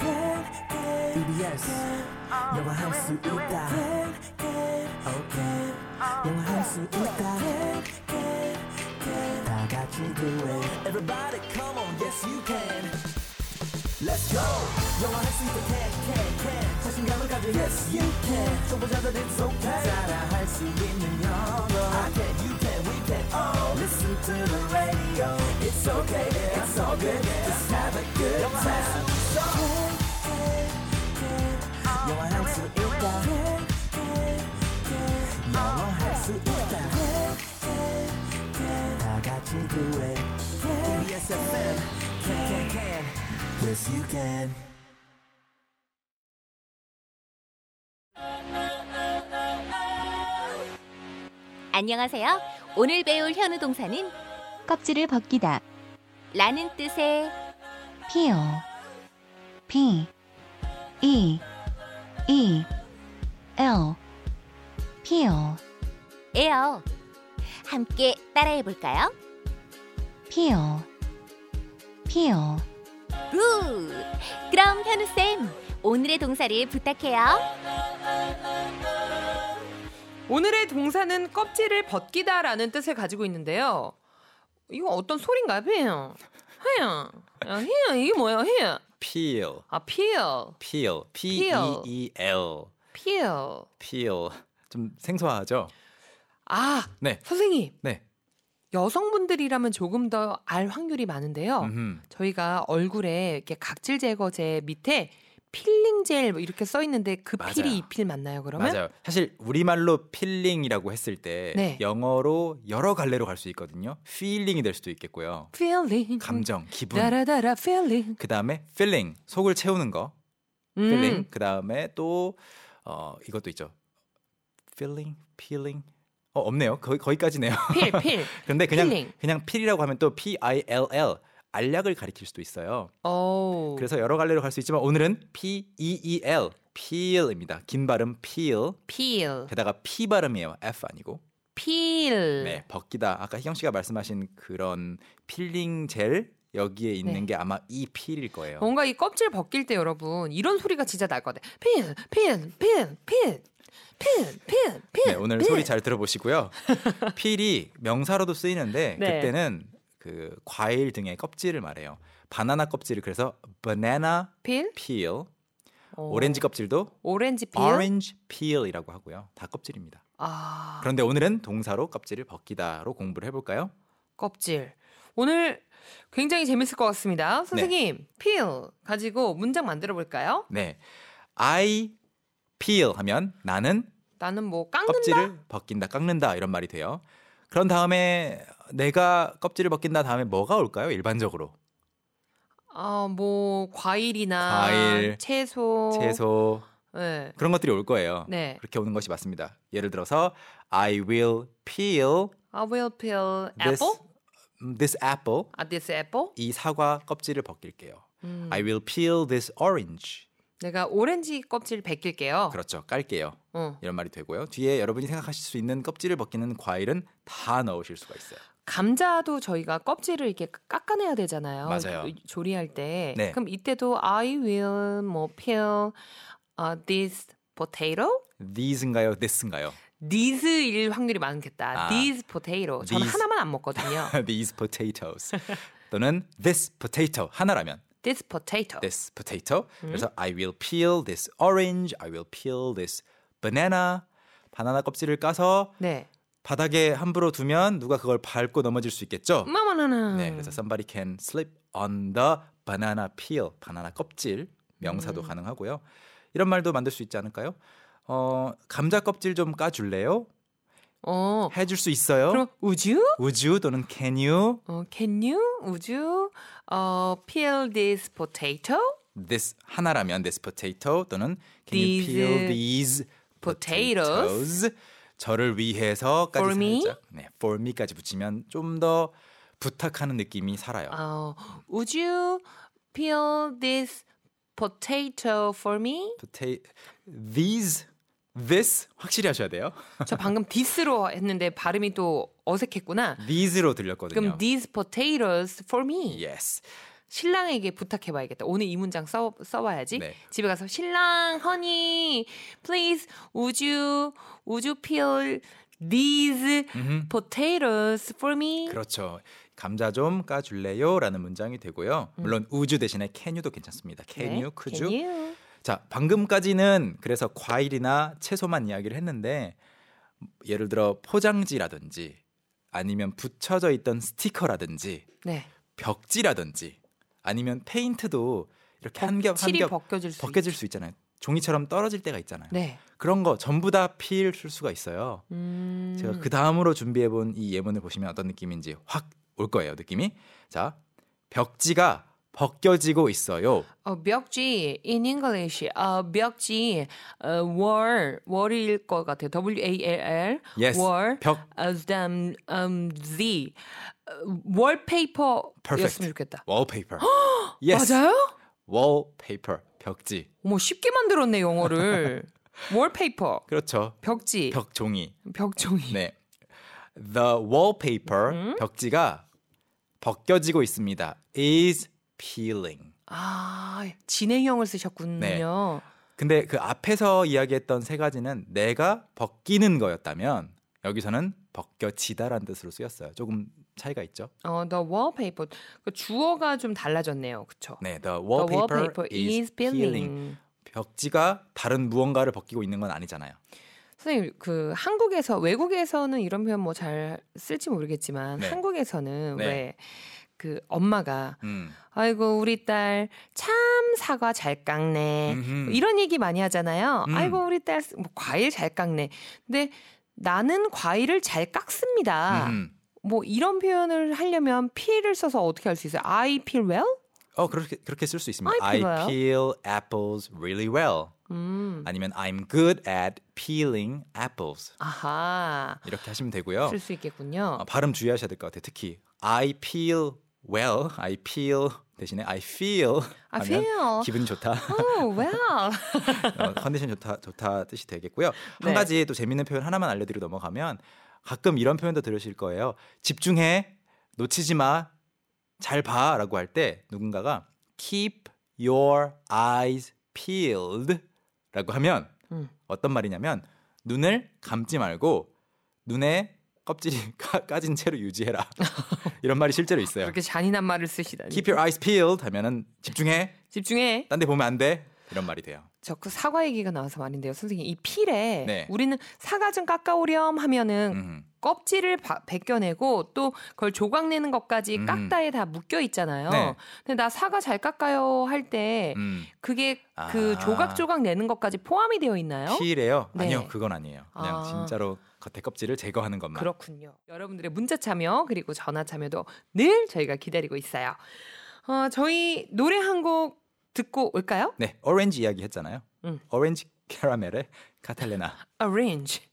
E yes 영화할 수 있다 E okay 영화할 수 있다 다 같이 do it everybody come on yes you can Let's go 영화할 수 있다 can E can can 자신감을 가져 yes you can 초보자들 it's okay 따라할 수 있는 영어 I can you can we can all listen to the radio it's okay yeah, it's all good just have a good time 영화할 수 있다 영화할 수 있다 다 같이 do it KBS FM can can can yes you can 안녕하세요. 오늘 배울 현우 동사는 껍질을 벗기다. 라는 뜻의 peel. p e e l peel. 에요. 함께 따라해 볼까요? peel. peel. 굿! 그럼 현우 쌤, 오늘의 동사를 부탁해요. 오늘의 동사는 껍질을 벗기다라는 뜻을 가지고 있는데요. 이거 어떤 소린가요? 헤요. 헤요. 헤요. 이게 뭐예요? 헤요. peel, 아, peel. peel, p e peel. e l, peel. peel. 좀 생소하죠? 아, 네, 선생님. 네. 여성분들이라면 조금 더 알 확률이 많은데요. 음흠. 저희가 얼굴에 이렇게 각질 제거제 밑에 필링 젤 뭐 이렇게 써 있는데 그 맞아요. 필이 이 필 맞나요, 그러면? 맞아요. 사실 우리말로 필링이라고 했을 때 네. 영어로 여러 갈래로 갈 수 있거든요. feeling이 될 수도 음. 있겠고요. feeling. 감정, 기분. 다라다라 feeling. 그 다음에 filling, 속을 채우는 거. 음. filling. 그 다음에 또 어, 이것도 있죠. filling, peeling. 어, 없네요. 거의 거기까지네요. 필, 필. 근데 그냥 필링. 그냥 필이라고 하면 또 P I L L 알약을 가리킬 수도 있어요. 오. 그래서 여러 갈래로 갈 수 있지만 오늘은 P E E L peel입니다. 긴 발음 peel. peel. 게다가 P 발음이에요. F 아니고. 필. 그 네, 벗기다. 아까 희경 씨가 말씀하신 그런 필링 젤 여기에 있는 네. 어, 게 아마 이 필일 거예요. 뭔가 이 껍질 벗길 때 여러분 이런 소리가 진짜 날 거같아 핀, 핀, 핀, 핀, 핀, 핀, 핀. 네, 오늘 핀. 소리 잘 들어보시고요. 필이 명사로도 쓰이는데 네. 그때는 그 과일 등의 껍질을 말해요. 바나나 껍질을 그래서 banana 필. peel, 어, 오렌지 껍질도 오렌지 필. orange peel이라고 하고요. 다 껍질입니다. 아, 그런데 오늘은 동사로 껍질을 벗기다로 공부를 해볼까요? 껍질. 오늘 굉장히 재밌을 것 네. 같습니다. 선생님, 필 가지고 문장 만들어 볼까요? 네, I peel 하면 나는 나는 뭐 깎는다. 껍질을 벗긴다, 깎는다 이런 말이 돼요. 그런 다음에 내가 껍질을 벗긴다 다음에 뭐가 올까요? 일반적으로 아, 뭐 과일이나 과일, 채소. 채소 네. 그런 것들이 올 거예요. 어. 네. 그렇게 오는 것이 맞습니다. 예를 들어서 I will peel I will peel this apple. this apple 아, this apple. 이 사과 껍질을 벗길게요. 음, I will peel this orange. 내가 오렌지 껍질 벗길게요. 그렇죠. 깔게요. 어. 이런 말이 되고요. 뒤에 여러분이 생각하실 수 있는 껍질을 벗기는 과일은 다 넣으실 수가 있어요. 감자도 저희가 껍질을 이렇게 깎아내야 되잖아요. 그 맞아요. 조- 조리할 때. 네. 그럼 이때도 I will 뭐 peel uh, this potato. These인가요? This인가요? These일 확률이 많겠다. 아, These potato. 저는 these. 하나만 안 먹거든요. These potatoes. 또는 this potato 하나라면 this potato. this potato. 그래서 I will peel this orange. I will peel this banana. 바나나 껍질을 까서 네. 바닥에 함부로 두면 누가 그걸 밟고 넘어질 수 있겠죠? 마마나나. 네, 그래서 somebody can slip on the banana peel, 바나나 껍질 명사도 음. 가능하고요. 이런 말도 만들 수 있지 않을까요? 어, 감자 껍질 좀 까줄래요? 어. 해줄 수 있어요? 그럼 would you? Would you 또는 can you 어, can you? Would you 어, peel this potato? this 하나라면 this potato 또는 can These you peel these potatoes? potatoes? 저를 위해서까지 For me? 살짝 네, for me까지 붙이면 좀 더 부탁하는 느낌이 살아요. 어, would you peel this potato for me? Pota- these this 확실히 하셔야 돼요. 저 방금 디스로 했는데 발음이 또 어색했구나. these로 들렸거든요. 예. 그럼 these potatoes for me. yes. 신랑에게 부탁해봐야겠다. 오늘 이 문장 써 써봐야지. 네. 집에 가서 신랑, honey, please, would you would you peel these 음흠. potatoes for me? 그렇죠. 감자 좀 까줄래요라는 문장이 되고요. 물론 우주 대신에 can you도 괜찮습니다. can you, could you? 네. Can you? 자, 방금까지는 그래서 과일이나 채소만 이야기를 했는데 예를 들어 포장지라든지 아니면 붙여져 있던 스티커라든지 네. 벽지라든지 아니면 페인트도 이렇게 한 겹 칠이 한겹 벗겨질 수. 벗겨질 수 있잖아요. 종이처럼 떨어질 때가 있잖아요. 있- 네. 그런 거 전부 다 피를 쓸 수가 있어요. 음. 제가 그 다음으로 준비해 본 이 예문을 보시면 어떤 느낌인지 확 올 거예요. 느낌이. 자, 벽지가 벗겨지고 있어요. 어, 벽지 in English 어, 벽지 어, 월 월일 것 같아요. W A L L Yes. 월 벽 어, 그다음 음, Z 월페이퍼였으면 Perfect. 좋겠다. wallpaper. yes. 맞아요? wallpaper. 벽지. 어머 쉽게 만들었네 영어를. 월페이퍼 그렇죠. 벽지 벽 종이. 벽, 종이 네. The wallpaper 벽지가 벗겨지고 있습니다. is peeling. 아 진행형을 쓰셨군요. 네. 근데 그 앞에서 이야기했던 세 가지는 내가 벗기는 거였다면 여기서는 벗겨지다라는 뜻으로 쓰였어요. 조금 차이가 있죠. 어, the wallpaper 그 주어가 좀 달라졌네요. 그렇죠? 네, the wallpaper, is peeling. 벽지가 다른 무언가를 벗기고 있는 건 아니잖아요. 선생님 그 한국에서 외국에서는 이런 표현 뭐 잘 쓸지 모르겠지만 네. 한국에서는 네. 왜 그 엄마가 음. 아이고 우리 딸 참 사과 잘 깎네 음흠. 이런 얘기 많이 하잖아요. 음. 아이고 우리 딸 뭐, 과일 잘 깎네. 근데 나는 과일을 잘 깎습니다. 음. 뭐 이런 표현을 하려면 peel을 써서 어떻게 할 수 있어요? I peel well? 어 그렇게 그렇게 쓸 수 있습니다. I I feel peel apples really well. 음. 아니면 I'm good at peeling apples. 아하. 이렇게 하시면 되고요. 쓸 수 있겠군요. 어, 발음 주의하셔야 될 것 같아요. 특히 I peel well, I peel 대신에 I feel I 하면 feel. 기분 좋다, Oh, well. 어, 컨디션 좋다, 좋다 뜻이 되겠고요. 네. 한 가지 또 재밌는 표현 하나만 알려드리고 넘어가면 가끔 이런 표현도 들으실 거예요. 집중해, 놓치지 마, 잘 봐라고 할 때 누군가가 keep your eyes peeled라고 하면 음. 어떤 말이냐면 눈을 감지 말고 눈에 껍질이 까, 까진 채로 유지해라 이런 말이 실제로 있어요. 그렇게 잔인한 말을 쓰시다니. Keep your eyes peeled 하면은 집중해, 집중해. 딴 데 보면 안 돼 이런 말이 돼요. 저 그 사과 얘기가 나와서 말인데요, 선생님 이 필에 네. 우리는 사과 좀 깎아오렴 하면은 음. 껍질을 바- 벗겨내고 또 그걸 조각내는 것까지 음. 깎다에 다 묶여 있잖아요. 네. 근데 나 사과 잘 깎아요 할 때 음. 그게 그 아. 조각조각 내는 것까지 포함이 되어 있나요? 피래요? 네. 아니요, 그건 아니에요. 그냥 아. 진짜로 겉에 껍질을 제거하는 것만. 그렇군요. 여러분들의 문자 참여 그리고 전화 참여도 늘 저희가 기다리고 있어요. 어, 저희 노래 한 곡 듣고 올까요? 네, 오렌지 이야기 했잖아요. 음. 오렌지 캐러멜의 카탈레나. Arrange.